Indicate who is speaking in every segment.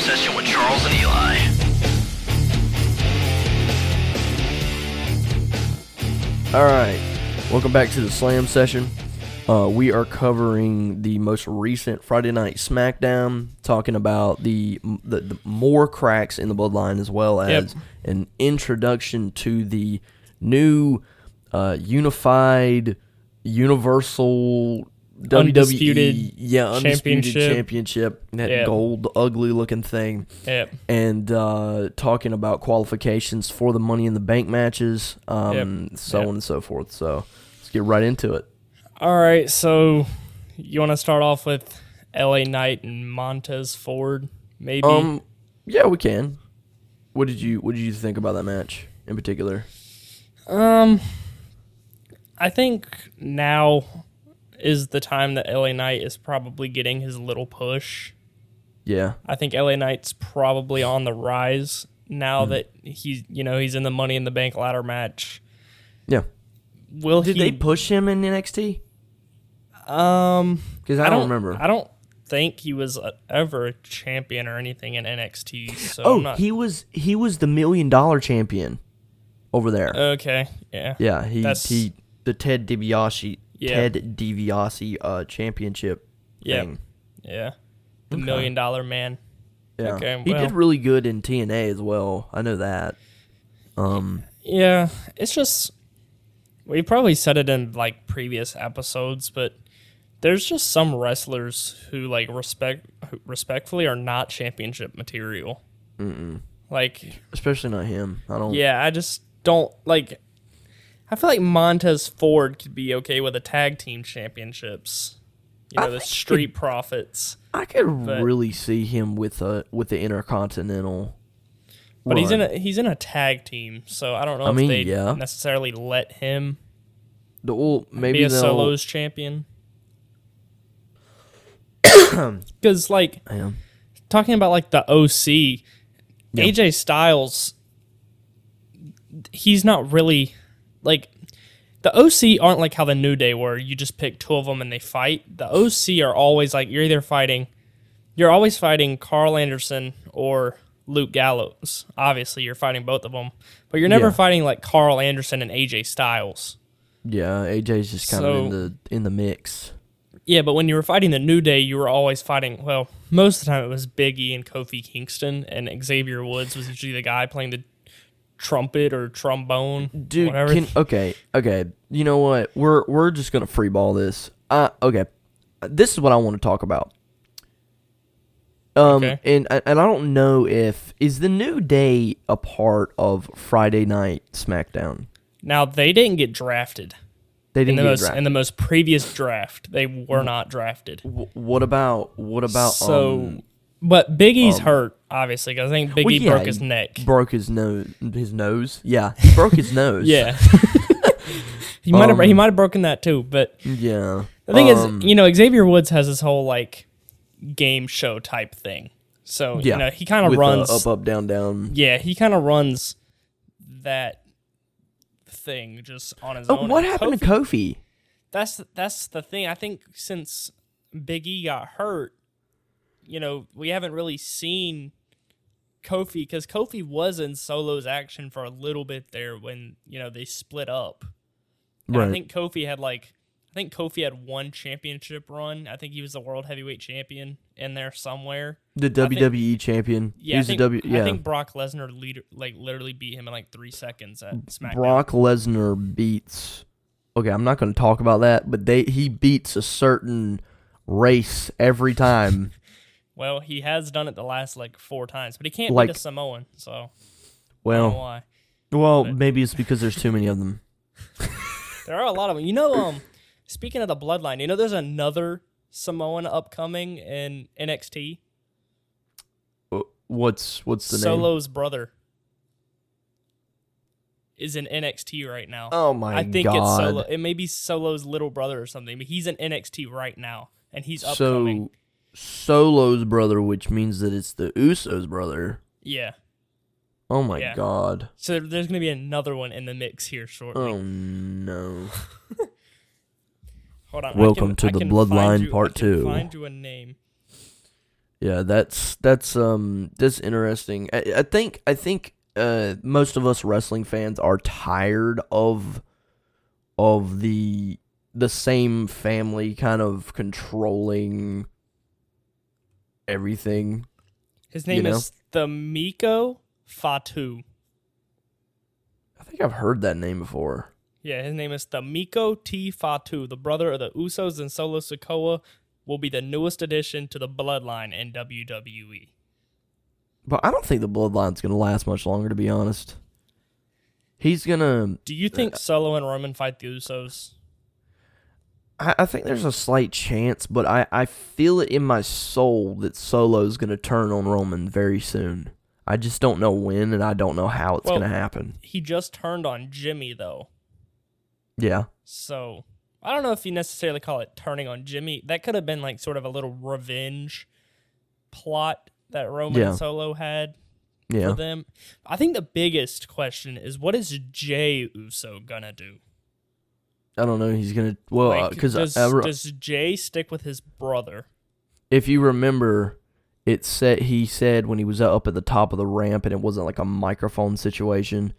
Speaker 1: session with Charles and Eli.
Speaker 2: All right, welcome back to the Slam Session. Uh, we are covering the most recent Friday Night SmackDown, talking about the, the, the more cracks in the bloodline, as well as an introduction to the new uh, unified, universal WWE
Speaker 3: Undisputed
Speaker 2: yeah undisputed
Speaker 3: championship.
Speaker 2: championship, that
Speaker 3: Yep.
Speaker 2: gold ugly looking thing
Speaker 3: Yep.
Speaker 2: and uh, talking about qualifications for the Money in the Bank matches, um,
Speaker 3: Yep.
Speaker 2: so
Speaker 3: Yep.
Speaker 2: on and so forth. So let's get right into it.
Speaker 3: All right. So you want to start off with L.A. Knight and Montez Ford, maybe?
Speaker 2: Um, yeah, we can. What did you What did you think about that match in particular?
Speaker 3: Um, I think now is the time that LA Knight is probably getting his little push.
Speaker 2: Yeah,
Speaker 3: I think LA Knight's probably on the rise now
Speaker 2: Hmm.
Speaker 3: that he's you know he's in the Money in the Bank ladder match.
Speaker 2: yeah.
Speaker 3: Will
Speaker 2: Did
Speaker 3: he?
Speaker 2: they push him in NXT?
Speaker 3: um,
Speaker 2: Because I,
Speaker 3: I,
Speaker 2: don't, remember.
Speaker 3: I don't think he was uh, ever a champion or anything in NXT. So
Speaker 2: oh,
Speaker 3: I'm not,
Speaker 2: he was he was the million dollar champion over there.
Speaker 3: okay, yeah,
Speaker 2: yeah, he
Speaker 3: Uh, that's-
Speaker 2: he the Ted DiBiase
Speaker 3: Yeah.
Speaker 2: Ted DiBiase uh, championship
Speaker 3: Yeah.
Speaker 2: thing.
Speaker 3: yeah, the Million Dollar Man.
Speaker 2: Yeah.
Speaker 3: Okay,
Speaker 2: he
Speaker 3: well-
Speaker 2: did really good in TNA as well. I know that. Um,
Speaker 3: Yeah, it's just we probably said it in like previous episodes, but there's just some wrestlers who like respect who respectfully are not championship material. Mm-mm. Like,
Speaker 2: especially not him. I don't.
Speaker 3: yeah, I just don't like. I feel like Montez Ford could be okay with a tag team championships. You
Speaker 2: I
Speaker 3: know, the
Speaker 2: think he-
Speaker 3: Street Profits.
Speaker 2: I could
Speaker 3: But-
Speaker 2: really see him with a with the Intercontinental.
Speaker 3: But he's in
Speaker 2: run.
Speaker 3: a he's in a tag team, so I don't know
Speaker 2: I
Speaker 3: if
Speaker 2: mean,
Speaker 3: they
Speaker 2: yeah.
Speaker 3: necessarily let him
Speaker 2: The, well, maybe
Speaker 3: be a
Speaker 2: they'll-
Speaker 3: solos champion. Because like
Speaker 2: Damn.
Speaker 3: talking about like the OC, AJ Styles, he's not really like the OC aren't like how the New Day were. You just pick two of them and they fight. The OC are always like you're either fighting, you're always fighting Carl Anderson or Luke Gallows. Obviously, you're fighting both of them, but you're never
Speaker 2: Yeah.
Speaker 3: fighting like Carl Anderson and AJ Styles.
Speaker 2: Yeah, AJ's just kind of in
Speaker 3: So-
Speaker 2: the in the mix.
Speaker 3: Yeah, but when you were fighting the New Day, you were always fighting. Well, most of the time it was Big E and Kofi Kingston, and Xavier Woods was usually the guy playing the trumpet or trombone,
Speaker 2: Dude,
Speaker 3: whatever.
Speaker 2: can, okay, okay. You know what? We're we're just gonna freeball this. Uh, okay, this is what I want to talk about. Um,
Speaker 3: Okay.
Speaker 2: and and I don't know if is the new day a part of Friday Night SmackDown.
Speaker 3: now they didn't get drafted
Speaker 2: They
Speaker 3: in
Speaker 2: didn't
Speaker 3: the
Speaker 2: get
Speaker 3: most
Speaker 2: drafted.
Speaker 3: in the most previous draft. They were not drafted.
Speaker 2: Wh- what about what about
Speaker 3: So,
Speaker 2: um,
Speaker 3: but Big E's hurt obviously because I think Big
Speaker 2: well,
Speaker 3: E
Speaker 2: yeah,
Speaker 3: broke his neck.
Speaker 2: Broke his nose. His nose. Yeah, he broke his nose.
Speaker 3: yeah, he might have
Speaker 2: Um,
Speaker 3: he might have broken that too, but.
Speaker 2: yeah.
Speaker 3: The thing
Speaker 2: Um,
Speaker 3: is, you know, Xavier Woods has this whole like game show type thing. So
Speaker 2: yeah,
Speaker 3: you know, he kind of
Speaker 2: with, uh,
Speaker 3: runs.
Speaker 2: up, up, down, down.
Speaker 3: Yeah, he kind of runs that thing just on his
Speaker 2: Oh,
Speaker 3: own.
Speaker 2: what
Speaker 3: And
Speaker 2: happened
Speaker 3: Kofi-
Speaker 2: to Kofi?
Speaker 3: That's that's the thing. I think since Big E got hurt, you know, we haven't really seen Kofi because Kofi was in Solo's action for a little bit there when you know they split up. And I think Kofi had like I think Kofi had one championship run. I think he was the world heavyweight champion in there somewhere.
Speaker 2: The WWE champion.
Speaker 3: Yeah,
Speaker 2: He's
Speaker 3: I think,
Speaker 2: the W. Yeah.
Speaker 3: I think Brock Lesnar leader, like literally beat him in like three seconds at SmackDown.
Speaker 2: Brock Lesnar beats. Okay, I'm not going to talk about that, but they he beats a certain race every time.
Speaker 3: Well, he has done it the last like four times, but he can't
Speaker 2: Like- Oh.
Speaker 3: beat a Samoan, so Oh, I don't know
Speaker 2: well,
Speaker 3: why.
Speaker 2: well, maybe it's because there's too many of them.
Speaker 3: There are a lot of them. You know, um, speaking of the bloodline, you know, there's another Samoan upcoming in NXT.
Speaker 2: Wh- Uh, What's what's the name?
Speaker 3: Solo's brother is in NXT right now.
Speaker 2: Oh my
Speaker 3: I think it's
Speaker 2: God.
Speaker 3: Solo. It may be Solo's little brother or something, but he's in NXT right now, and he's upcoming.
Speaker 2: So Solo's brother, which means that it's the Usos brother.
Speaker 3: yeah.
Speaker 2: Oh my
Speaker 3: Yeah.
Speaker 2: god.
Speaker 3: So there- there's gonna be another one in the mix here shortly.
Speaker 2: Oh no.
Speaker 3: Hold on. I
Speaker 2: Welcome
Speaker 3: can-
Speaker 2: to
Speaker 3: I
Speaker 2: the
Speaker 3: can find
Speaker 2: Bloodline
Speaker 3: you- I
Speaker 2: Part
Speaker 3: can
Speaker 2: Two.
Speaker 3: Find you a name.
Speaker 2: Yeah, that's that's um that's interesting. I, I think I think uh most of us wrestling fans are tired of of the the same family kind of controlling everything.
Speaker 3: His name
Speaker 2: You know?
Speaker 3: is Thamiko Fatu.
Speaker 2: I think I've heard that name before.
Speaker 3: Yeah, his name is Thamiko T. Fatu, the brother of the Usos and Solo Sokoa, will be the newest addition to the bloodline in E. WWE.
Speaker 2: But I don't think the bloodline's gonna last much longer to be honest. He's gonna
Speaker 3: Do you think Solo and Roman fight the Usos?
Speaker 2: I, I think there's a slight chance, but I, I feel it in my soul that Solo's going to turn on Roman very soon. I just don't know when, and I don't know how it's
Speaker 3: Well-
Speaker 2: going to happen.
Speaker 3: He just turned on Jimmy, though.
Speaker 2: Yeah.
Speaker 3: So I don't know if you necessarily call it turning on Jimmy. That could have been like sort of a little revenge plot that Roman
Speaker 2: Yeah.
Speaker 3: and Solo had
Speaker 2: Yeah.
Speaker 3: for them. I think the biggest question is what is Jay Uso gonna do?
Speaker 2: I don't know. He's going to. Well, uh,
Speaker 3: Like,
Speaker 2: because
Speaker 3: does, does Jay stick with his brother?
Speaker 2: if you remember, it said he said when he was up at the top of the ramp and it wasn't like a microphone situation,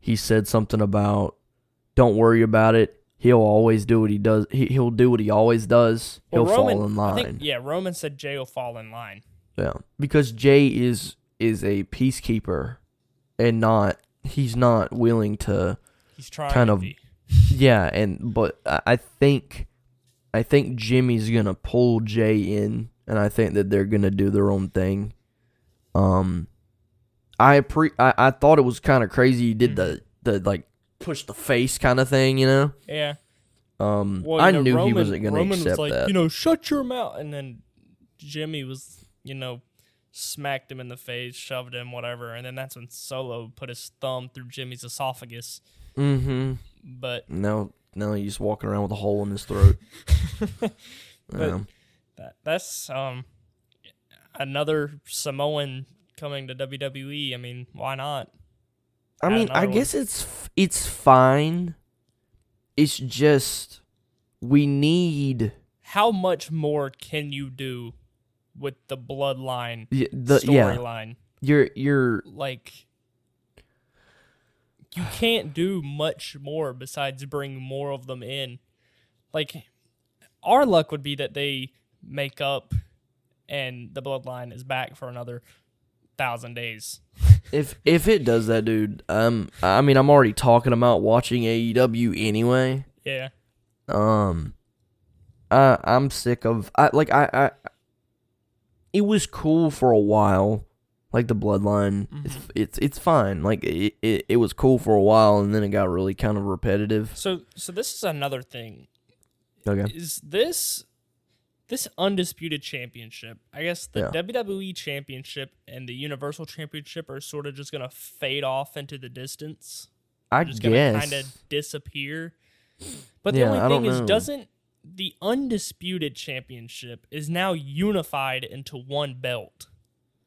Speaker 2: he said something about don't worry about it. He'll always do what he does. He, he'll do what he always does. He'll
Speaker 3: Well, Roman,
Speaker 2: fall in
Speaker 3: I
Speaker 2: line.
Speaker 3: think- yeah, Roman said Jay will fall in line.
Speaker 2: Yeah, because Jay is is a peacekeeper, and not he's not willing to.
Speaker 3: He's trying
Speaker 2: Kind
Speaker 3: to
Speaker 2: of-
Speaker 3: be.
Speaker 2: Yeah, and but I I think, I think Jimmy's gonna pull Jay in, and I think that they're gonna do their own thing. Um, I pre I, I thought it was kind of crazy. You did the
Speaker 3: Mm-hmm.
Speaker 2: the like push the face kind of thing, you know.
Speaker 3: Yeah.
Speaker 2: Um,
Speaker 3: Well,
Speaker 2: I
Speaker 3: you know,
Speaker 2: knew
Speaker 3: Roman,
Speaker 2: he wasn't gonna
Speaker 3: Roman
Speaker 2: accept
Speaker 3: was like,
Speaker 2: that.
Speaker 3: You know, shut your mouth. And then Jimmy was, you know, smacked him in the face, shoved him, whatever. And then that's when Solo put his thumb through Jimmy's esophagus.
Speaker 2: mm-hmm.
Speaker 3: But
Speaker 2: Now now he's walking around with a hole in his throat. Yeah.
Speaker 3: that, that's um another Samoan coming to WWE. I mean, why not?
Speaker 2: I
Speaker 3: add
Speaker 2: mean, I
Speaker 3: another one.
Speaker 2: guess it's f- it's fine. It's just we need
Speaker 3: How much more can you do with the bloodline
Speaker 2: y- the yeah.
Speaker 3: storyline?
Speaker 2: You're you're
Speaker 3: like you can't do much more besides bring more of them in. Like our luck would be that they make up and the bloodline is back for another thousand days.
Speaker 2: if if it does that, dude. Um, I mean, I'm already talking about watching AEW anyway.
Speaker 3: Yeah.
Speaker 2: Um, I I'm sick of I like I I. It was cool for a while, like the bloodline.
Speaker 3: Mm-hmm.
Speaker 2: It's, it's it's fine. Like it, it it was cool for a while, and then it got really kind of repetitive.
Speaker 3: So so this is another thing.
Speaker 2: Okay.
Speaker 3: Is this this undisputed championship? I guess the
Speaker 2: Yeah.
Speaker 3: WWE championship and the Universal Championship are sort of just gonna fade off into the distance.
Speaker 2: I
Speaker 3: just gonna
Speaker 2: guess.
Speaker 3: kind of disappear. But the
Speaker 2: Yeah, I
Speaker 3: only
Speaker 2: don't
Speaker 3: thing is,
Speaker 2: know.
Speaker 3: doesn't the undisputed championship is now unified into one belt?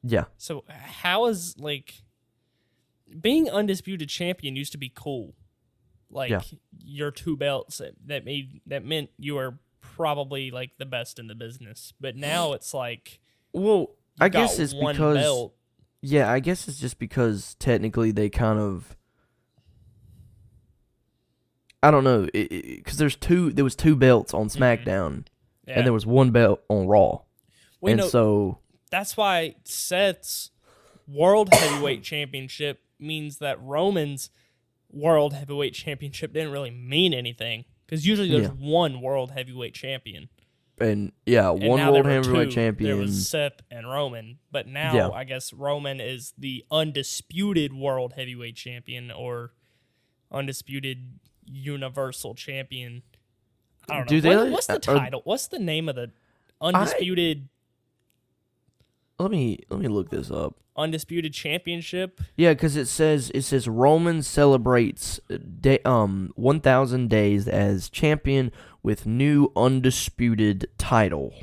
Speaker 2: Yeah.
Speaker 3: So how is like being undisputed champion used to be cool? Like
Speaker 2: Yeah.
Speaker 3: your two belts that- that made that meant you were probably like the best in the business. But now it's like
Speaker 2: Well,
Speaker 3: you
Speaker 2: I
Speaker 3: got
Speaker 2: guess it's
Speaker 3: one
Speaker 2: because
Speaker 3: belt.
Speaker 2: yeah, I guess it's just because technically they kind of I don't know, because there's two. There was two belts on SmackDown,
Speaker 3: Mm-hmm. Yeah.
Speaker 2: and there was one belt on Raw,
Speaker 3: Well, you
Speaker 2: and
Speaker 3: know,
Speaker 2: so
Speaker 3: that's why Seth's World Heavyweight Championship means that Roman's World Heavyweight Championship didn't really mean anything because usually there's
Speaker 2: Yeah.
Speaker 3: one World Heavyweight Champion.
Speaker 2: and yeah,
Speaker 3: And
Speaker 2: one
Speaker 3: now
Speaker 2: world
Speaker 3: there were
Speaker 2: heavyweight
Speaker 3: two.
Speaker 2: champion.
Speaker 3: There was Seth and Roman, but now
Speaker 2: Yeah.
Speaker 3: I guess Roman is the undisputed World Heavyweight Champion or undisputed Universal Champion. I don't know.
Speaker 2: Do they
Speaker 3: What-
Speaker 2: like- uh,
Speaker 3: what's the
Speaker 2: are-
Speaker 3: title? what's the name of the undisputed
Speaker 2: let me let me look this up.
Speaker 3: undisputed championship?
Speaker 2: Yeah, because it says it says Roman celebrates day um one thousand days as champion with new undisputed title.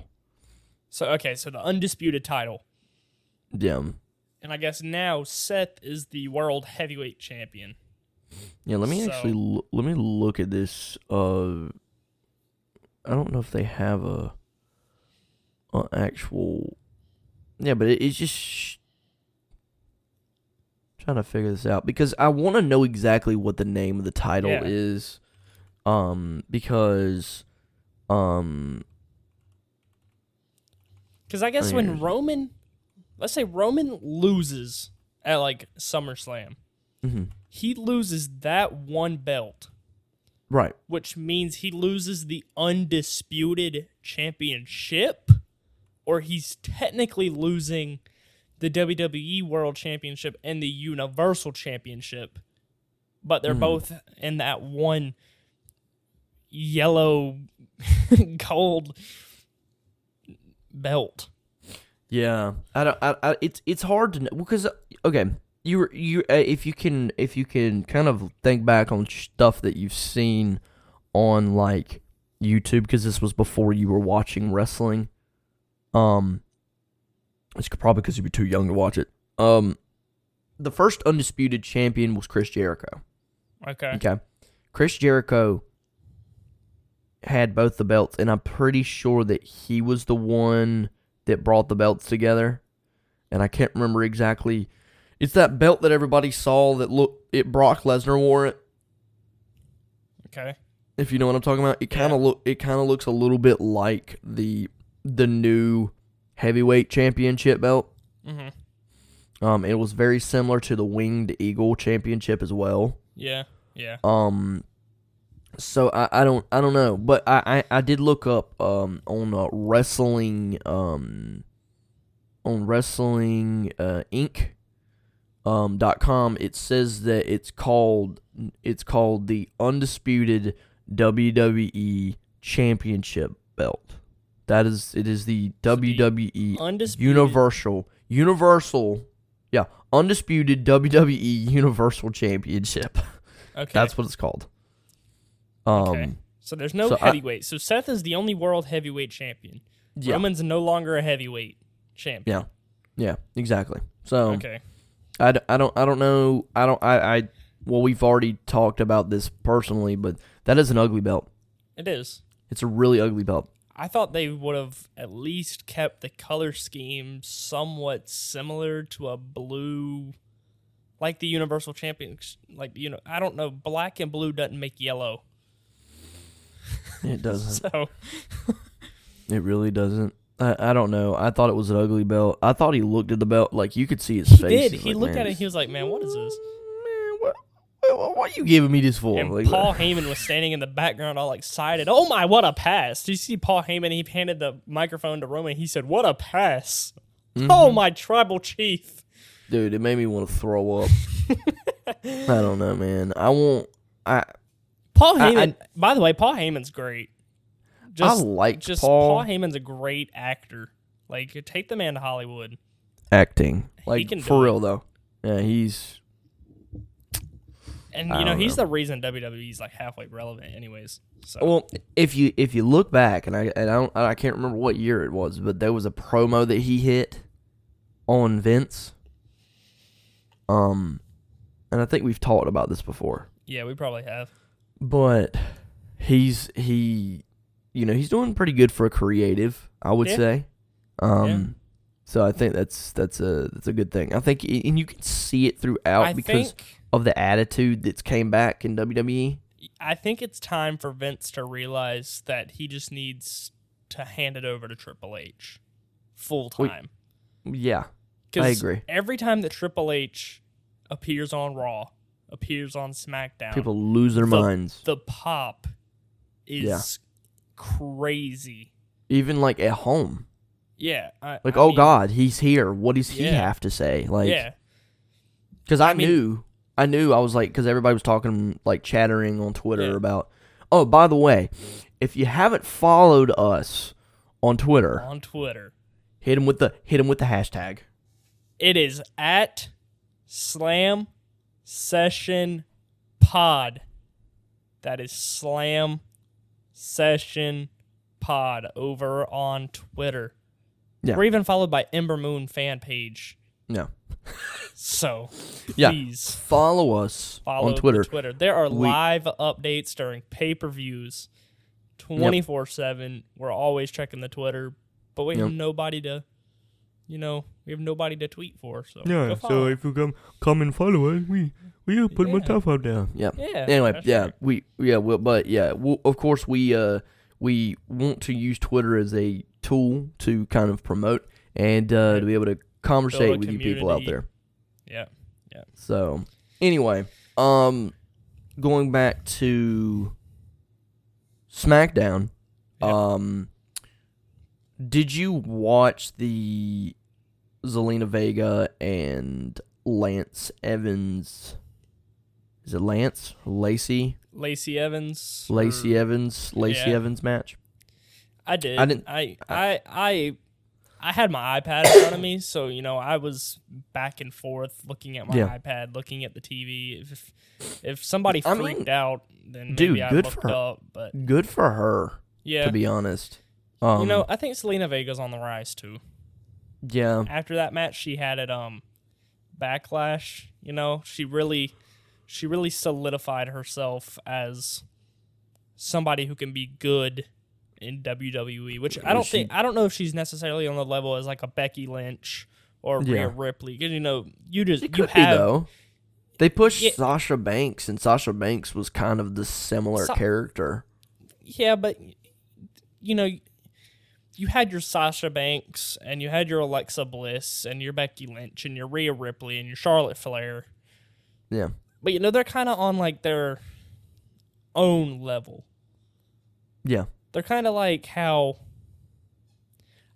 Speaker 3: So okay, so the undisputed title,
Speaker 2: Damn.
Speaker 3: and I guess now Seth is the world heavyweight champion.
Speaker 2: Yeah, let me actually
Speaker 3: So-
Speaker 2: l- let me look at this. Uh, I don't know if they have a, a actual Yeah, but it, it's just sh- trying to figure this out because I want to know exactly what the name of the title
Speaker 3: Yeah.
Speaker 2: is, um, because, um,
Speaker 3: Because I guess
Speaker 2: mean-
Speaker 3: when Roman, let's say Roman loses at like SummerSlam,
Speaker 2: mhm,
Speaker 3: he loses that one belt,
Speaker 2: right,
Speaker 3: which means he loses the undisputed championship, or he's technically losing the WWE World Championship and the Universal Championship, but they're
Speaker 2: Mhm.
Speaker 3: both in that one yellow gold belt.
Speaker 2: yeah. I don't. I, I. It's it's hard to know because okay, you were- you uh, if you can if you can kind of think back on stuff that you've seen on like YouTube because this was before you were watching wrestling. Um, it's probably because you were too young to watch it. Um, the first undisputed champion was Chris Jericho.
Speaker 3: Okay.
Speaker 2: Okay, Chris Jericho had both the belts, and I'm pretty sure that he was the one that brought the belts together. And I can't remember exactly. It's that belt that everybody saw that look it Brock Lesnar wore it.
Speaker 3: Okay.
Speaker 2: if you know what I'm talking about. It kind of look it kind of looks a little bit like the the new heavyweight championship belt.
Speaker 3: Mm-hmm.
Speaker 2: Um, it was very similar to the Winged Eagle championship as well.
Speaker 3: Yeah, yeah.
Speaker 2: Um, so I, I don't I don't know, but I, I, I did look up um on uh, wrestling um on wrestling uh, Inc. Um, dot com it says that it's called it's called the undisputed WWE championship belt. That is it is the
Speaker 3: the
Speaker 2: WWE
Speaker 3: Undisputed.
Speaker 2: Universal Universal yeah, undisputed WWE Universal Championship.
Speaker 3: Okay.
Speaker 2: That's what it's called. Um,
Speaker 3: Okay. so there's no
Speaker 2: so I-
Speaker 3: heavyweight. so Seth is the only world heavyweight champion.
Speaker 2: Yeah.
Speaker 3: Roman's no longer a heavyweight champion.
Speaker 2: yeah, Um, yeah, exactly. So
Speaker 3: Okay.
Speaker 2: I, d- I don't I don't know I don't I, I well we've already talked about this personally, but that is an ugly belt.
Speaker 3: It is.
Speaker 2: It's a really ugly belt.
Speaker 3: I thought they would have at least kept the color scheme somewhat similar to a blue like the universal champion like you know I don't know black and blue doesn't make yellow.
Speaker 2: It doesn't.
Speaker 3: So
Speaker 2: it really doesn't. I, I don't know. I thought it was an ugly belt. I thought he looked at the belt like you could see his face.
Speaker 3: did
Speaker 2: He's
Speaker 3: he
Speaker 2: like,
Speaker 3: looked
Speaker 2: "Man, Mm,
Speaker 3: at it and he was like, "Man, what is this?"
Speaker 2: Man, what, what, what are you giving me this for?
Speaker 3: And
Speaker 2: Like,
Speaker 3: Paul Heyman was standing in the background, all excited. Oh my, what a pass! Do you see Paul Heyman? He handed the microphone to Roman. He said, "What a pass!
Speaker 2: Mm-hmm.
Speaker 3: Oh my, tribal chief."
Speaker 2: Dude, it made me want to throw up. I don't know, man. I won't. I
Speaker 3: Paul
Speaker 2: I-
Speaker 3: Heyman. by the way, Paul Heyman's great.
Speaker 2: I liked
Speaker 3: just
Speaker 2: Paul.
Speaker 3: Paul Heyman's a great actor. Like, take the man to Hollywood.
Speaker 2: acting. Like
Speaker 3: can do
Speaker 2: for real though. Yeah, he's
Speaker 3: And
Speaker 2: I
Speaker 3: you know,
Speaker 2: don't
Speaker 3: he's the reason WWE's like halfway relevant, anyways. So
Speaker 2: well. If you if you look back, and I and I don't I can't remember what year it was, but there was a promo that he hit on Vince. Um, and I think we've talked about this before,
Speaker 3: yeah, we probably have.
Speaker 2: but he's he, you know, he's doing pretty good for a creative, I would
Speaker 3: Yeah.
Speaker 2: say. Um. So I think that's that's a that's a good thing. I think, and you can see it throughout
Speaker 3: I
Speaker 2: because
Speaker 3: think
Speaker 2: of the attitude that's came back in E, WWE.
Speaker 3: I think it's time for Vince to realize that he just needs to hand it over to Triple H full
Speaker 2: Wait,
Speaker 3: time.
Speaker 2: Yeah,
Speaker 3: 'Cause
Speaker 2: I agree.
Speaker 3: Every time that Triple H appears on Raw, appears on SmackDown,
Speaker 2: people lose their
Speaker 3: The-
Speaker 2: minds.
Speaker 3: the pop is
Speaker 2: Yeah.
Speaker 3: crazy.
Speaker 2: Even like at home,
Speaker 3: Yeah. I,
Speaker 2: like
Speaker 3: I
Speaker 2: oh
Speaker 3: mean,
Speaker 2: god, he's here. What does he
Speaker 3: Yeah.
Speaker 2: have to say? Like
Speaker 3: yeah.
Speaker 2: because I,
Speaker 3: I mean-
Speaker 2: knew, I knew I was like because everybody was talking like chattering on Twitter
Speaker 3: Yeah.
Speaker 2: about. Oh, by the way, if you haven't followed us on Twitter,
Speaker 3: On Twitter,
Speaker 2: hit him with the hit him with the hashtag.
Speaker 3: it is at Slam Session Pod. That is Slam Session Pod over on Twitter.
Speaker 2: Yeah.
Speaker 3: We're even followed by Ember Moon fan page.
Speaker 2: No,
Speaker 3: So
Speaker 2: Yeah.
Speaker 3: please
Speaker 2: follow us
Speaker 3: follow
Speaker 2: on
Speaker 3: the
Speaker 2: Twitter.
Speaker 3: Twitter. There are
Speaker 2: We-
Speaker 3: live updates during pay per views, twenty four seven. We're always checking the Twitter, but we have
Speaker 2: Yep.
Speaker 3: nobody to you know, we have nobody to tweet for. So
Speaker 1: Yeah,
Speaker 3: go
Speaker 1: so
Speaker 3: follow.
Speaker 1: if you come come and follow us, we we'll put my
Speaker 3: Yeah.
Speaker 1: top up down.
Speaker 2: Yeah.
Speaker 3: Yeah,
Speaker 2: Anyway,
Speaker 3: that's
Speaker 2: yeah,
Speaker 3: right.
Speaker 2: we yeah, well, but yeah, we of course we uh we want to use Twitter as a tool to kind of promote and uh, to be able to conversate with you people out
Speaker 3: community.
Speaker 2: there.
Speaker 3: yeah,
Speaker 2: So anyway, um, going back to SmackDown,
Speaker 3: Yeah.
Speaker 2: um, did you watch the Zelina Vega and Lance Evans? Is it Lance Lacey?
Speaker 3: Lacey Evans. or-
Speaker 2: Lacey Evans, Lacey
Speaker 3: Yeah.
Speaker 2: Evans match.
Speaker 3: I did.
Speaker 2: I
Speaker 3: I
Speaker 2: didn't-
Speaker 3: didn't. I I I, I had my iPad in front of me, so you know I was back and forth looking at my
Speaker 2: Yeah.
Speaker 3: iPad, looking at the TV. If if somebody
Speaker 2: I
Speaker 3: freaked
Speaker 2: mean,
Speaker 3: out, then maybe
Speaker 2: dude,
Speaker 3: I
Speaker 2: good
Speaker 3: looked
Speaker 2: for her.
Speaker 3: up. But
Speaker 2: Good for her,
Speaker 3: yeah,
Speaker 2: to be honest. Um,
Speaker 3: you know I think Selena Vega's on the rise too.
Speaker 2: yeah,
Speaker 3: After that match, she had it um, backlash. You know she really, she really solidified herself as somebody who can be good in WWE, which I
Speaker 2: Well,
Speaker 3: don't
Speaker 2: she-
Speaker 3: think I don't know if she's necessarily on the level as like a Becky Lynch or
Speaker 2: Yeah.
Speaker 3: Rhea Ripley. 'Cause, you know, you just
Speaker 2: It
Speaker 3: you
Speaker 2: could be
Speaker 3: have
Speaker 2: though. They pushed
Speaker 3: Yeah.
Speaker 2: Sasha Banks, and Sasha Banks was kind of the similar
Speaker 3: Sa-
Speaker 2: character.
Speaker 3: yeah, but you know, you had your Sasha Banks and you had your Alexa Bliss and your Becky Lynch and your Rhea Ripley and your Charlotte Flair,
Speaker 2: Yeah,
Speaker 3: but you know they're kind of on like their own level.
Speaker 2: yeah,
Speaker 3: They're kind of like how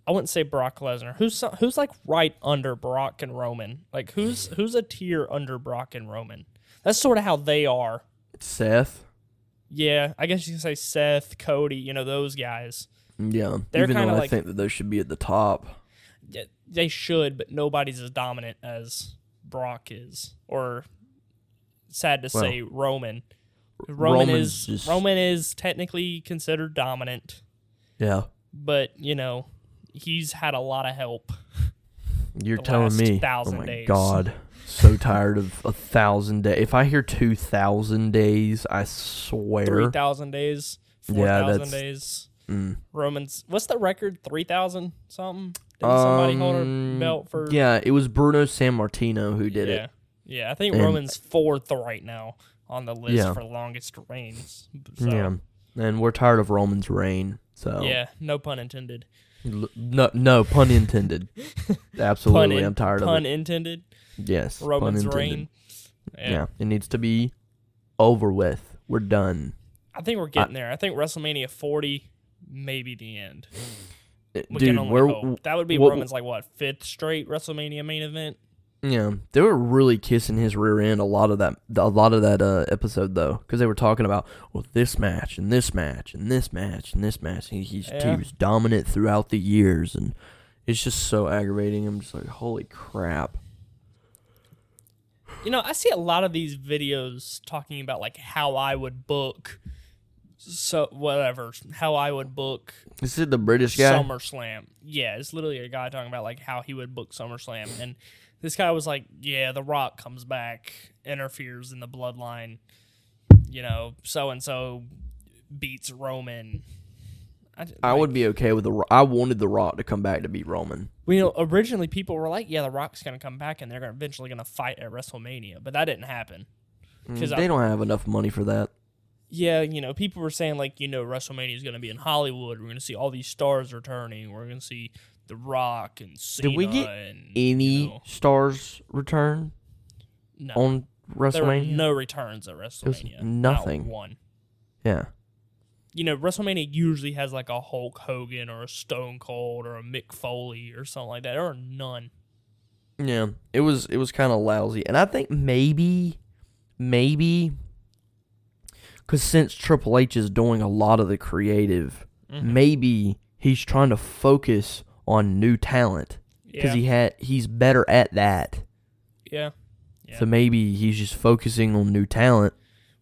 Speaker 3: I wouldn't say Brock Lesnar. Who's so- who's like right under Brock and Roman? Like who's who's a tier under Brock and Roman? That's sort of how they are.
Speaker 2: Seth.
Speaker 3: Yeah, I guess you can say Seth, Cody, you know those guys.
Speaker 2: Yeah,
Speaker 3: They're
Speaker 2: even though
Speaker 3: kinda
Speaker 2: I
Speaker 3: like-
Speaker 2: think that those should be at the top.
Speaker 3: Yeah, They should, but nobody's as dominant as Brock is, or sad to say, Roman. Roman
Speaker 2: Roman's
Speaker 3: is
Speaker 2: just-
Speaker 3: Roman is technically considered dominant,
Speaker 2: Yeah,
Speaker 3: but you know he's had a lot of help.
Speaker 2: you're
Speaker 3: The
Speaker 2: telling
Speaker 3: last
Speaker 2: me. Oh
Speaker 3: 1,000
Speaker 2: my
Speaker 3: days.
Speaker 2: god, so tired of a thousand days. If I hear two thousand days, I
Speaker 3: Three
Speaker 2: swear.
Speaker 3: thousand days, four
Speaker 2: Yeah,
Speaker 3: thousand
Speaker 2: that's-
Speaker 3: days.
Speaker 2: Mm.
Speaker 3: Roman's what's the record? Three thousand something. Didn't somebody hold
Speaker 2: Um,
Speaker 3: a belt for?
Speaker 2: Yeah, it was Bruno San Martino who did
Speaker 3: yeah.
Speaker 2: it.
Speaker 3: Yeah, I think
Speaker 2: And-
Speaker 3: Roman's fourth right now on the list
Speaker 2: Yeah.
Speaker 3: for longest reigns. So,
Speaker 2: Yeah,
Speaker 3: yeah.
Speaker 2: and we're tired of Roman's reign. So
Speaker 3: no pun intended.
Speaker 2: L- no, no pun intended. Absolutely,
Speaker 3: pun in-
Speaker 2: I'm tired
Speaker 3: pun
Speaker 2: of it.
Speaker 3: intended.
Speaker 2: Yes, pun
Speaker 3: Roman's
Speaker 2: intended.
Speaker 3: reign.
Speaker 2: Yeah.
Speaker 3: Yeah.
Speaker 2: it needs to be over with. We're done.
Speaker 3: I think we're getting there. I think WrestleMania 40 may be the end.
Speaker 2: Uh,
Speaker 3: We
Speaker 2: Dude,
Speaker 3: can only
Speaker 2: we're
Speaker 3: hope. That would be
Speaker 2: what-
Speaker 3: Roman's like what fifth straight WrestleMania main event.
Speaker 2: yeah, they were really kissing his rear end a lot of that a lot of that uh, episode though, because they were talking about well this match and this match and this match and this match. He, he's he
Speaker 3: Yeah.
Speaker 2: was dominant throughout the years, and it's just so aggravating. I'm just like, holy crap.
Speaker 3: You know, I see a lot of these videos talking about like how I would book so whatever, how I would book
Speaker 2: Is it the British guy?
Speaker 3: SummerSlam. Yeah, it's literally a guy talking about like how he would book SummerSlam, and this guy was like, "Yeah, The Rock comes back, interferes in the Bloodline. You know, so and so beats Roman." I,
Speaker 2: I would be okay with the. Ro- I wanted the Rock to come back to beat Roman.
Speaker 3: Well, you know, originally people were like, "Yeah, The Rock's gonna come back, and they're gonna eventually gonna fight at WrestleMania," but that didn't happen.
Speaker 2: Mm,
Speaker 3: 'Cause
Speaker 2: they
Speaker 3: I-
Speaker 2: don't have enough money for that.
Speaker 3: yeah, you know, people were saying like, you know, WrestleMania is going to be in Hollywood. We're going to see all these stars returning. We're going to see The Rock and Cena.
Speaker 2: Did we get
Speaker 3: and,
Speaker 2: Any
Speaker 3: you know,
Speaker 2: stars return
Speaker 3: no,
Speaker 2: on
Speaker 3: there were
Speaker 2: WrestleMania?
Speaker 3: no returns at WrestleMania. Not
Speaker 2: nothing.
Speaker 3: one.
Speaker 2: yeah,
Speaker 3: You know, WrestleMania usually has like a Hulk Hogan or a Stone Cold or a Mick Foley or something like that. There are none.
Speaker 2: yeah. It was it was kind of lousy, and I think maybe, maybe, because since Triple H is doing a lot of the creative,
Speaker 3: Mm-hmm.
Speaker 2: maybe he's trying to focus on new talent because
Speaker 3: Yeah,
Speaker 2: he had he's better at that.
Speaker 3: yeah. Yeah.
Speaker 2: So maybe he's just focusing on new talent.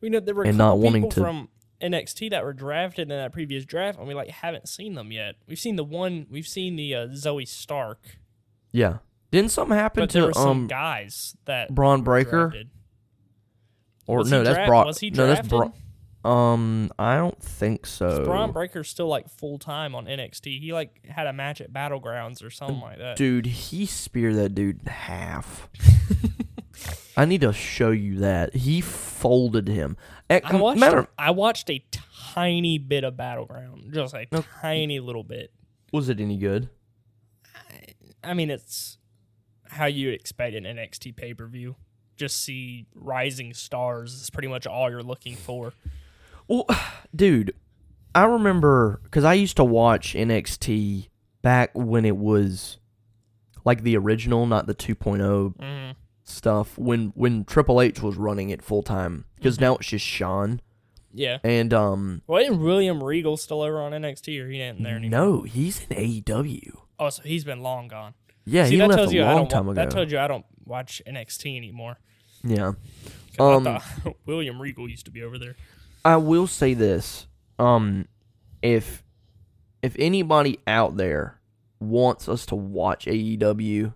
Speaker 3: We know there were a
Speaker 2: and
Speaker 3: couple
Speaker 2: not wanting
Speaker 3: people
Speaker 2: to-
Speaker 3: from NXT that were drafted in that previous draft, and we like haven't seen them yet. We've seen the one. We've seen the uh, Zoe Stark.
Speaker 2: Yeah. Didn't something happen
Speaker 3: but
Speaker 2: to
Speaker 3: there were some
Speaker 2: um
Speaker 3: guys that
Speaker 2: Braun
Speaker 3: were
Speaker 2: Breaker?
Speaker 3: drafted.
Speaker 2: Or
Speaker 3: Was he
Speaker 2: no, that's
Speaker 3: dra-
Speaker 2: Brock.
Speaker 3: Was he
Speaker 2: no,
Speaker 3: drafted?
Speaker 2: that's Oh. Brock. Um, I don't think so.
Speaker 3: Braun Breaker's still like full time on NXT. He like had a match at Battlegrounds or something like that.
Speaker 2: Dude, he speared that dude in half. I need to show you that. He folded him. Eh,
Speaker 3: I watched
Speaker 2: matter-
Speaker 3: I watched a tiny bit of Battleground, just a tiny little bit.
Speaker 2: was it any good?
Speaker 3: I mean, it's how you expect an NXT pay per view. Just see rising stars is pretty much all you're looking for.
Speaker 2: Well, dude, I remember because I used to watch NXT back when it was like the original, not the 2.0
Speaker 3: Mhm.
Speaker 2: stuff. When when Triple H was running it full time,
Speaker 3: Mm.
Speaker 2: because now it's just Sean
Speaker 3: Yeah.
Speaker 2: and um.
Speaker 3: Well, isn't William Regal still over on NXT or he ain't there anymore?
Speaker 2: No, he's in AEW.
Speaker 3: Oh, so he's been long gone.
Speaker 2: Yeah,
Speaker 3: See,
Speaker 2: he
Speaker 3: that
Speaker 2: left
Speaker 3: tells
Speaker 2: a
Speaker 3: you I
Speaker 2: long
Speaker 3: don't. wa-
Speaker 2: time ago.
Speaker 3: That tells you I don't watch NXT anymore.
Speaker 2: yeah.
Speaker 3: 'Cause
Speaker 2: Um,
Speaker 3: I thought William Regal used to be over there.
Speaker 2: I will say this. Um, if if anybody out there wants us to watch AEW,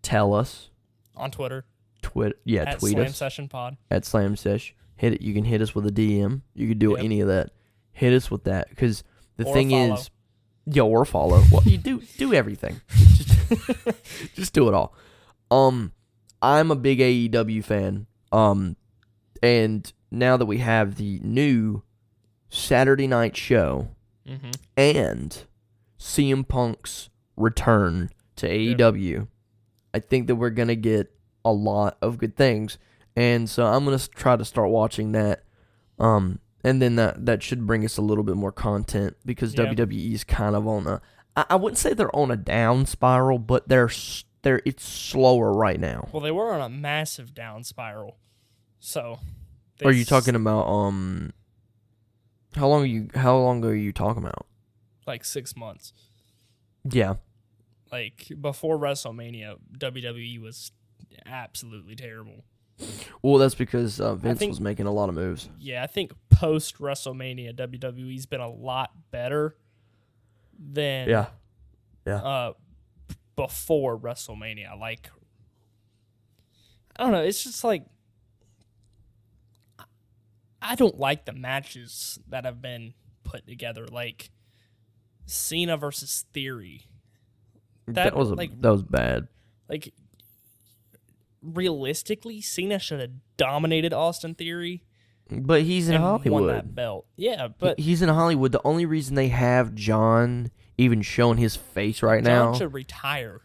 Speaker 2: tell us.
Speaker 3: on Twitter
Speaker 2: Tweet, yeah,
Speaker 3: at
Speaker 2: tweet
Speaker 3: Slam
Speaker 2: us
Speaker 3: Session Pod.
Speaker 2: at Slam Sesh. Hit it. You can hit us with a DM. You can do
Speaker 3: Yep.
Speaker 2: any of that. Hit us with that because the
Speaker 3: Or
Speaker 2: thing
Speaker 3: follow.
Speaker 2: is, yo, or follow. well, you do do everything. just, just do it all. Um, I'm a big AEW fan. Um, and now that we have the new Saturday night show
Speaker 3: Mm-hmm.
Speaker 2: and CM Punk's return to AEW, I think that we're gonna get a lot of good things, and so I'm gonna s- try to start watching that. Um, and then that that should bring us a little bit more content because
Speaker 3: Yeah.
Speaker 2: WWE's kind of on a I, I wouldn't say they're on a down spiral, but they're s- they're it's slower right now.
Speaker 3: Well, they were on a massive down spiral. So, they
Speaker 2: Are you
Speaker 3: s-
Speaker 2: talking about um? How long are you? How long are you talking about?
Speaker 3: like six months?
Speaker 2: Yeah,
Speaker 3: Like before WrestleMania, WWE was absolutely terrible.
Speaker 2: well, that's because uh, Vince
Speaker 3: think-
Speaker 2: was making a lot of moves.
Speaker 3: Yeah, I think post WrestleMania, WWE's been a lot better than uh, before WrestleMania. Like, I don't know. It's just like I- I don't like the matches that have been put together. Like Cena versus Theory.
Speaker 2: that,
Speaker 3: that,
Speaker 2: was a,
Speaker 3: like-
Speaker 2: that was bad.
Speaker 3: Like, realistically, Cena should have dominated Austin Theory
Speaker 2: But he's in
Speaker 3: and won
Speaker 2: Hollywood.
Speaker 3: that belt. Yeah, but
Speaker 2: he's in Hollywood. The only reason they have John even showing his face right now,
Speaker 3: John should retire.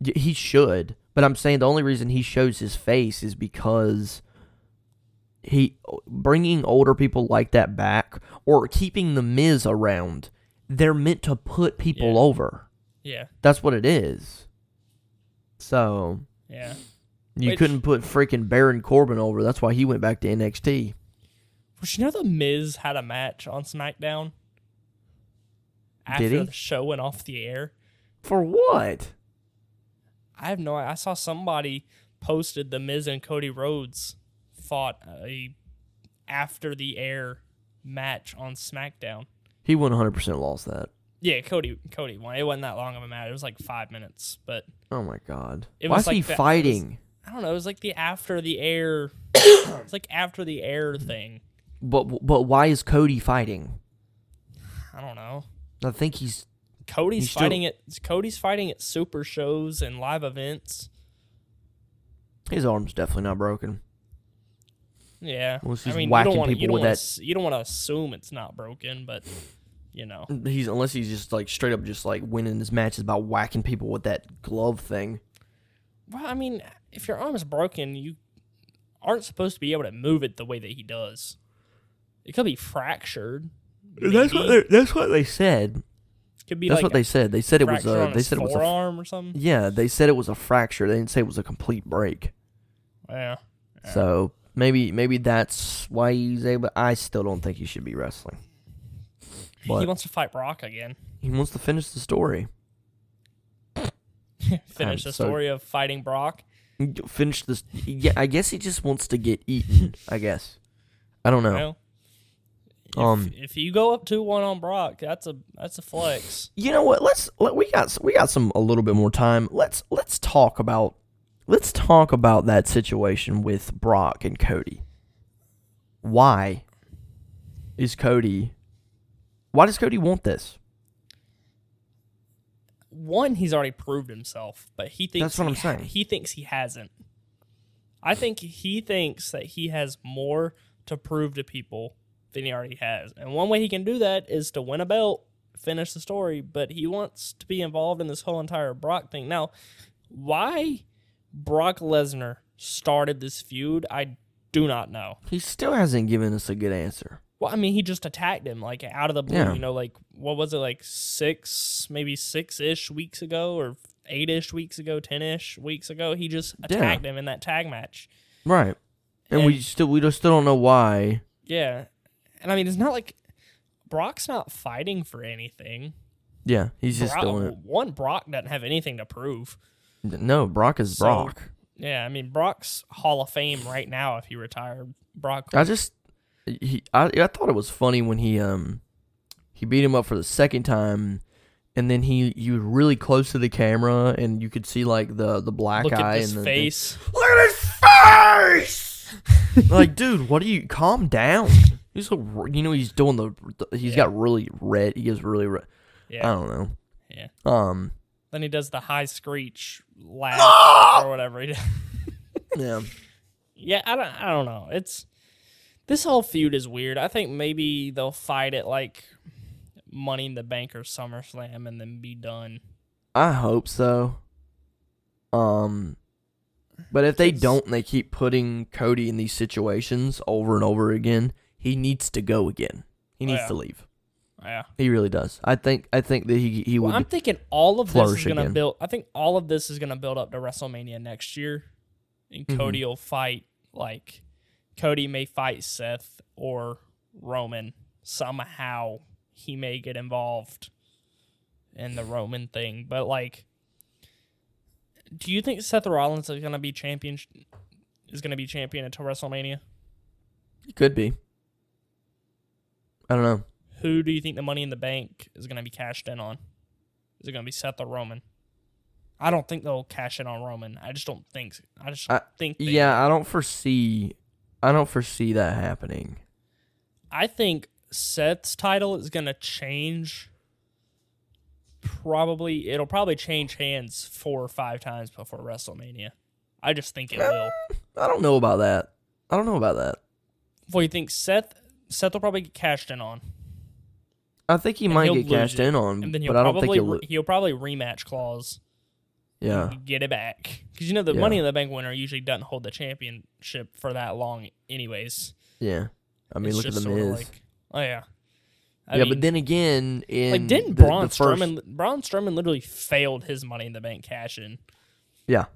Speaker 2: Y- he should. But I'm saying the only reason he shows his face is because he bringing older people like that back or keeping the Miz around. They're meant to put people
Speaker 3: Yeah.
Speaker 2: over.
Speaker 3: Yeah,
Speaker 2: That's what it is. So
Speaker 3: yeah.
Speaker 2: you
Speaker 3: Which-
Speaker 2: couldn't put freaking Baron Corbin over. That's why he went back to NXT.
Speaker 3: But you know the Miz had a match on SmackDown after
Speaker 2: he?
Speaker 3: the show went off the air.
Speaker 2: For what?
Speaker 3: I have no. I saw somebody posted the Miz and Cody Rhodes fought a after the air match on SmackDown.
Speaker 2: He 100% lost that.
Speaker 3: Yeah, Cody Cody won. It wasn't that long of a match. It was like five minutes, but
Speaker 2: Oh my god.
Speaker 3: It
Speaker 2: Why
Speaker 3: was
Speaker 2: is
Speaker 3: like
Speaker 2: he
Speaker 3: that- it was-
Speaker 2: fighting?
Speaker 3: I don't know. It was like the after the air. it's like after the air thing.
Speaker 2: But but why is Cody fighting?
Speaker 3: I don't know.
Speaker 2: I think he's
Speaker 3: Cody's
Speaker 2: He's still-
Speaker 3: fighting it. Cody's fighting at super shows and live events.
Speaker 2: his arm's definitely not broken.
Speaker 3: Yeah,
Speaker 2: Well, it's
Speaker 3: I
Speaker 2: just
Speaker 3: mean, you
Speaker 2: whacking
Speaker 3: don't want
Speaker 2: people
Speaker 3: you don't
Speaker 2: with
Speaker 3: wanna,
Speaker 2: that-
Speaker 3: ass- You don't want to assume it's not broken, but you know,
Speaker 2: He's unless he's just like straight up just like winning his matches by whacking people with that glove thing.
Speaker 3: well, I mean, if your arm is broken, you aren't supposed to be able to move it the way that he does. It could be fractured.
Speaker 2: That's what
Speaker 3: maybe.
Speaker 2: they, that's what they said.
Speaker 3: could be.
Speaker 2: That's
Speaker 3: like
Speaker 2: what
Speaker 3: a
Speaker 2: they said. They said it was
Speaker 3: fracture
Speaker 2: a
Speaker 3: on
Speaker 2: they
Speaker 3: his
Speaker 2: said it was a
Speaker 3: forearm or something.
Speaker 2: yeah, they said it was a fracture. They didn't say it was a complete break.
Speaker 3: Yeah,
Speaker 2: So maybe maybe that's why he's able I still don't think he should be wrestling.
Speaker 3: he
Speaker 2: But-
Speaker 3: wants to fight Brock again.
Speaker 2: He wants to finish the story.
Speaker 3: Finish the
Speaker 2: so-
Speaker 3: story of fighting Brock.
Speaker 2: finish this. Yeah, I guess he just wants to get eaten. I guess. I don't know.
Speaker 3: Well, if,
Speaker 2: Oh, Um,
Speaker 3: if you go up two one on Brock, that's a that's a flex.
Speaker 2: you know what? Let's let, we got we got some a little bit more time. Let's let's talk about let's talk about that situation with Brock and Cody. Why? is Cody. Why does Cody want this?
Speaker 3: One, he's already proved himself, but he thinks
Speaker 2: That's what
Speaker 3: he
Speaker 2: I'm saying.
Speaker 3: He thinks he hasn't. I think he thinks that he has more to prove to people than he already has. And one way he can do that is to win a belt, finish the story, but he wants to be involved in this whole entire Brock thing. Now, why Brock Lesnar started this feud, I do not know.
Speaker 2: He still hasn't given us a good answer.
Speaker 3: Well, I mean, he just attacked him like out of the blue.
Speaker 2: Yeah.
Speaker 3: You know, like what was it, like six, maybe six ish weeks ago, or eight ish weeks ago, ten ish weeks ago? He just attacked him in that tag match.
Speaker 2: Right. And, we
Speaker 3: And-
Speaker 2: still we just still don't know why.
Speaker 3: Yeah, and I mean, it's not like Brock's not fighting for anything.
Speaker 2: Yeah, he's just
Speaker 3: Brock-
Speaker 2: doing it.
Speaker 3: one Brock doesn't have anything to prove.
Speaker 2: No, Brock is
Speaker 3: So-
Speaker 2: Brock.
Speaker 3: Yeah, I mean, Brock's Hall of Fame right now. If he retired, Brock.
Speaker 2: I just he I, I thought it was funny when he um he beat him up for the second time and then he you was really close to the camera and you could see like the the black
Speaker 3: Look
Speaker 2: eye
Speaker 3: at his
Speaker 2: and the,
Speaker 3: face.
Speaker 2: Look at his face. like, dude, what are you? Calm down. He's so, r- you know, he's doing the. the- He's got really red. He is really red. I
Speaker 3: Yeah.
Speaker 2: don't know.
Speaker 3: Yeah.
Speaker 2: Um.
Speaker 3: Then he does the high screech laugh or whatever. he does.
Speaker 2: Yeah.
Speaker 3: Yeah, I don't, I don't know. It's this whole feud is weird. I think maybe they'll fight at like Money in the Bank or SummerSlam and then be done.
Speaker 2: I hope so. Um. But if they
Speaker 3: It's-
Speaker 2: don't, and they keep putting Cody in these situations over and over again. He needs to go again. He needs
Speaker 3: Oh, Yeah.
Speaker 2: to leave.
Speaker 3: Yeah.
Speaker 2: He really does. I think. I think that he he
Speaker 3: Well,
Speaker 2: would.
Speaker 3: I'm thinking all of this is
Speaker 2: flourish
Speaker 3: gonna
Speaker 2: again.
Speaker 3: build. I think all of this is gonna build up to WrestleMania next year, and
Speaker 2: Mhm.
Speaker 3: Cody will fight like Cody may fight Seth or Roman somehow. He may get involved in the Roman thing, but like, do you think Seth Rollins is gonna be champion? Is gonna be champion until WrestleMania?
Speaker 2: he could be. I don't know.
Speaker 3: Who do you think the Money in the Bank is gonna be cashed in on? Is it gonna be Seth or Roman? I don't think they'll cash in on Roman. I just don't think. I just
Speaker 2: I-
Speaker 3: think. They,
Speaker 2: Yeah, I don't foresee. I don't foresee that happening.
Speaker 3: I think Seth's title is gonna change. Probably it'll probably change hands four or five times before WrestleMania. I just think it will.
Speaker 2: I don't know about that. I don't know about that.
Speaker 3: Well, you think Seth? Seth will probably get cashed in on,
Speaker 2: I think he
Speaker 3: And
Speaker 2: might
Speaker 3: he'll
Speaker 2: get
Speaker 3: lose
Speaker 2: cashed
Speaker 3: it.
Speaker 2: in on,
Speaker 3: and then he'll
Speaker 2: but I don't
Speaker 3: probably
Speaker 2: think he'll. lo-
Speaker 3: re- he'll probably rematch clause.
Speaker 2: yeah,
Speaker 3: you get it back. Because you know the
Speaker 2: Yeah.
Speaker 3: Money in the Bank winner usually doesn't hold the championship for that long, anyways.
Speaker 2: yeah. I mean,
Speaker 3: It's
Speaker 2: look at the
Speaker 3: just sorta
Speaker 2: Miz.
Speaker 3: Like, oh yeah, I
Speaker 2: yeah,
Speaker 3: mean,
Speaker 2: but then again, in
Speaker 3: like didn't
Speaker 2: the, the
Speaker 3: Braun
Speaker 2: first,
Speaker 3: Strowman? Braun Strowman literally failed his Money in the Bank cash in.
Speaker 2: Yeah,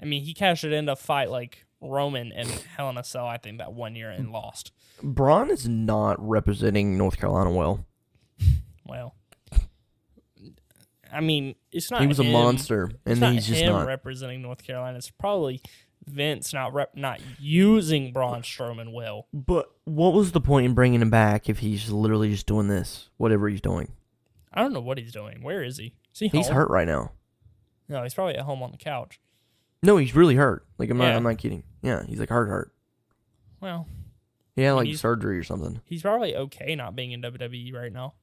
Speaker 3: I mean, he cashed it in to fight like Roman and Hell in a Cell. I think that one year and lost.
Speaker 2: Braun is not representing North Carolina well.
Speaker 3: Well, I mean, it's not.
Speaker 2: He was a
Speaker 3: him-
Speaker 2: monster,
Speaker 3: It's
Speaker 2: and
Speaker 3: not
Speaker 2: he's just
Speaker 3: him
Speaker 2: not.
Speaker 3: representing North Carolina. It's probably Vince not rep, not using Braun Strowman well.
Speaker 2: but what was the point in bringing him back if he's literally just doing this, whatever he's doing?
Speaker 3: I don't know what he's doing. Where is he? Is he
Speaker 2: He's
Speaker 3: home?
Speaker 2: hurt right now.
Speaker 3: No, he's probably at home on the couch.
Speaker 2: No, he's really hurt. Like I'm not.
Speaker 3: Yeah.
Speaker 2: I'm not kidding. Yeah, he's like hurt, hurt.
Speaker 3: Well,
Speaker 2: He had like
Speaker 3: he's-
Speaker 2: surgery or something.
Speaker 3: he's probably okay not being in WWE right now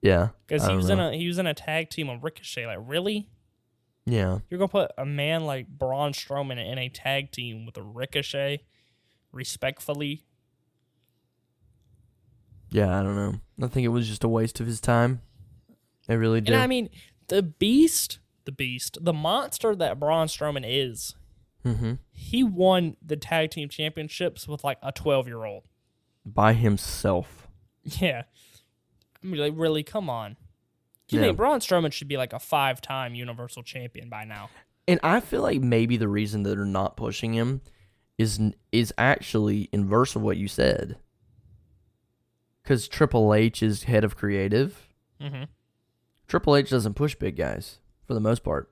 Speaker 2: Yeah,
Speaker 3: because
Speaker 2: I
Speaker 3: he
Speaker 2: don't
Speaker 3: was
Speaker 2: know.
Speaker 3: in a he was in a tag team of Ricochet. Like, really?
Speaker 2: Yeah.
Speaker 3: You're gonna put a man like Braun Strowman in a tag team with a Ricochet? Respectfully,
Speaker 2: Yeah, I don't know. I think it was just a waste of his time. It really did.
Speaker 3: and I mean the beast, the beast, the monster that Braun Strowman is.
Speaker 2: mm-hmm.
Speaker 3: He won the tag team championships with like a twelve year old.
Speaker 2: By himself.
Speaker 3: Yeah. I mean, like, really, come on. Do you
Speaker 2: Yeah.
Speaker 3: think Braun Strowman should be like a five time Universal Champion by now?
Speaker 2: And I feel like maybe the reason that they're not pushing him is is actually inverse of what you said. Because Triple H is head of creative.
Speaker 3: Mm-hmm.
Speaker 2: Triple H doesn't push big guys for the most part.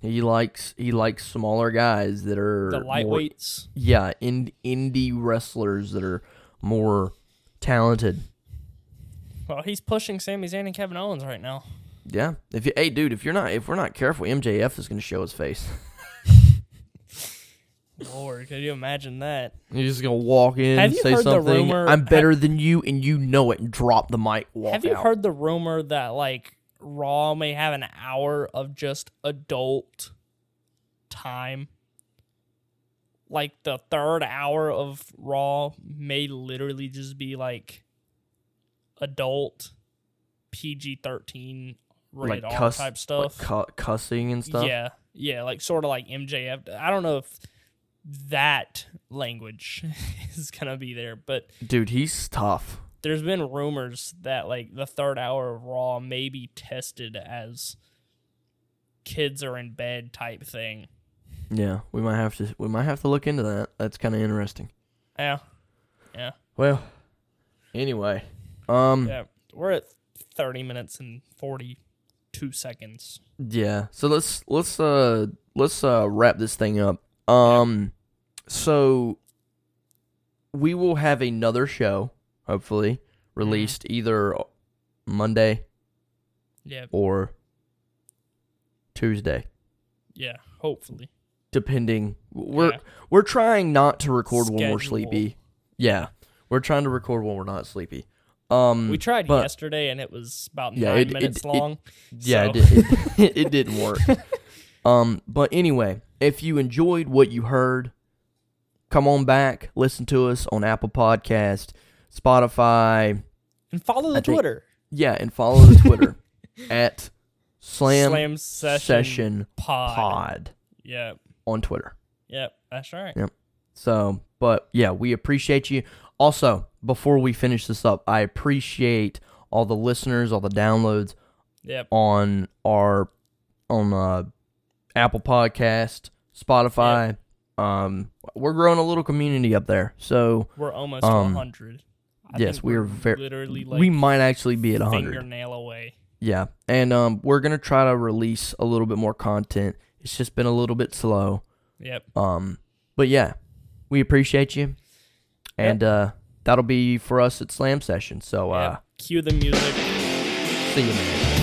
Speaker 2: He likes he likes smaller guys that are
Speaker 3: The
Speaker 2: more
Speaker 3: lightweights.
Speaker 2: yeah, in, indie wrestlers that are more talented.
Speaker 3: Well, he's pushing Sami Zayn and Kevin Owens right now.
Speaker 2: Yeah. If you, hey, dude, if you're not, if we're not careful, MJF is going to show his face.
Speaker 3: Lord, could you imagine that?
Speaker 2: You're just gonna walk in,
Speaker 3: Have you
Speaker 2: say
Speaker 3: heard the
Speaker 2: something.
Speaker 3: rumor-
Speaker 2: I'm better than you, and you know it, and drop the mic. Walk
Speaker 3: Have you
Speaker 2: out.
Speaker 3: heard the rumor that like Raw may have an hour of just adult time? Like the third hour of Raw may literally just be like adult PG thirteen rated
Speaker 2: like
Speaker 3: R
Speaker 2: cuss
Speaker 3: type
Speaker 2: like
Speaker 3: stuff.
Speaker 2: cu- cussing and stuff?
Speaker 3: Yeah, yeah, like sort of like MJF. I don't know if that language is gonna be there, but
Speaker 2: dude, he's tough.
Speaker 3: there's been rumors that like the third hour of Raw may be tested as kids are in bed type thing.
Speaker 2: Yeah, we might have to. We might have to look into that. That's kind of interesting.
Speaker 3: Yeah,
Speaker 2: Well, anyway, um, yeah.
Speaker 3: yeah. We're at 30 minutes and 42 seconds.
Speaker 2: So let's let's uh let's uh wrap this thing up. Um, so we will have another show hopefully
Speaker 3: Mm-hmm.
Speaker 2: released either Monday
Speaker 3: Yeah,
Speaker 2: or Tuesday,
Speaker 3: yeah. Hopefully,
Speaker 2: depending. We're
Speaker 3: Yeah.
Speaker 2: we're trying not to record when we're
Speaker 3: Schedule.
Speaker 2: sleepy. Yeah, we're trying to record when we're not sleepy. Um,
Speaker 3: we tried
Speaker 2: but-
Speaker 3: yesterday and it was about
Speaker 2: Yeah,
Speaker 3: nine
Speaker 2: it- it-
Speaker 3: minutes
Speaker 2: it-
Speaker 3: long.
Speaker 2: Yeah,
Speaker 3: so-
Speaker 2: it, did, it, it didn't work. um, but anyway, if you enjoyed what you heard, come on back, listen to us on Apple Podcast, Spotify,
Speaker 3: and follow the
Speaker 2: I think-
Speaker 3: Twitter
Speaker 2: yeah, and follow the Twitter at Slam,
Speaker 3: Slam Session,
Speaker 2: Session
Speaker 3: Pod.
Speaker 2: Pod
Speaker 3: Yeah,
Speaker 2: on Twitter.
Speaker 3: yeah. That's right.
Speaker 2: So, but yeah, we appreciate you. Also, before we finish this up, I appreciate all the listeners, all the downloads,
Speaker 3: Yep.
Speaker 2: on our on uh, Apple Podcast, Spotify. Um, we're growing a little community up there, so
Speaker 3: We're almost
Speaker 2: Um,
Speaker 3: to 100. I
Speaker 2: yes,
Speaker 3: think
Speaker 2: we
Speaker 3: we're
Speaker 2: are very.
Speaker 3: literally like
Speaker 2: we might actually be at hundred.
Speaker 3: fingernail away.
Speaker 2: Yeah, and um, we're gonna try to release a little bit more content. It's just been a little bit slow.
Speaker 3: Yep.
Speaker 2: Um, but yeah, we appreciate you, and uh, that'll be for us at Slam Session. So uh,
Speaker 3: Yep. Cue the music.
Speaker 2: see you, man.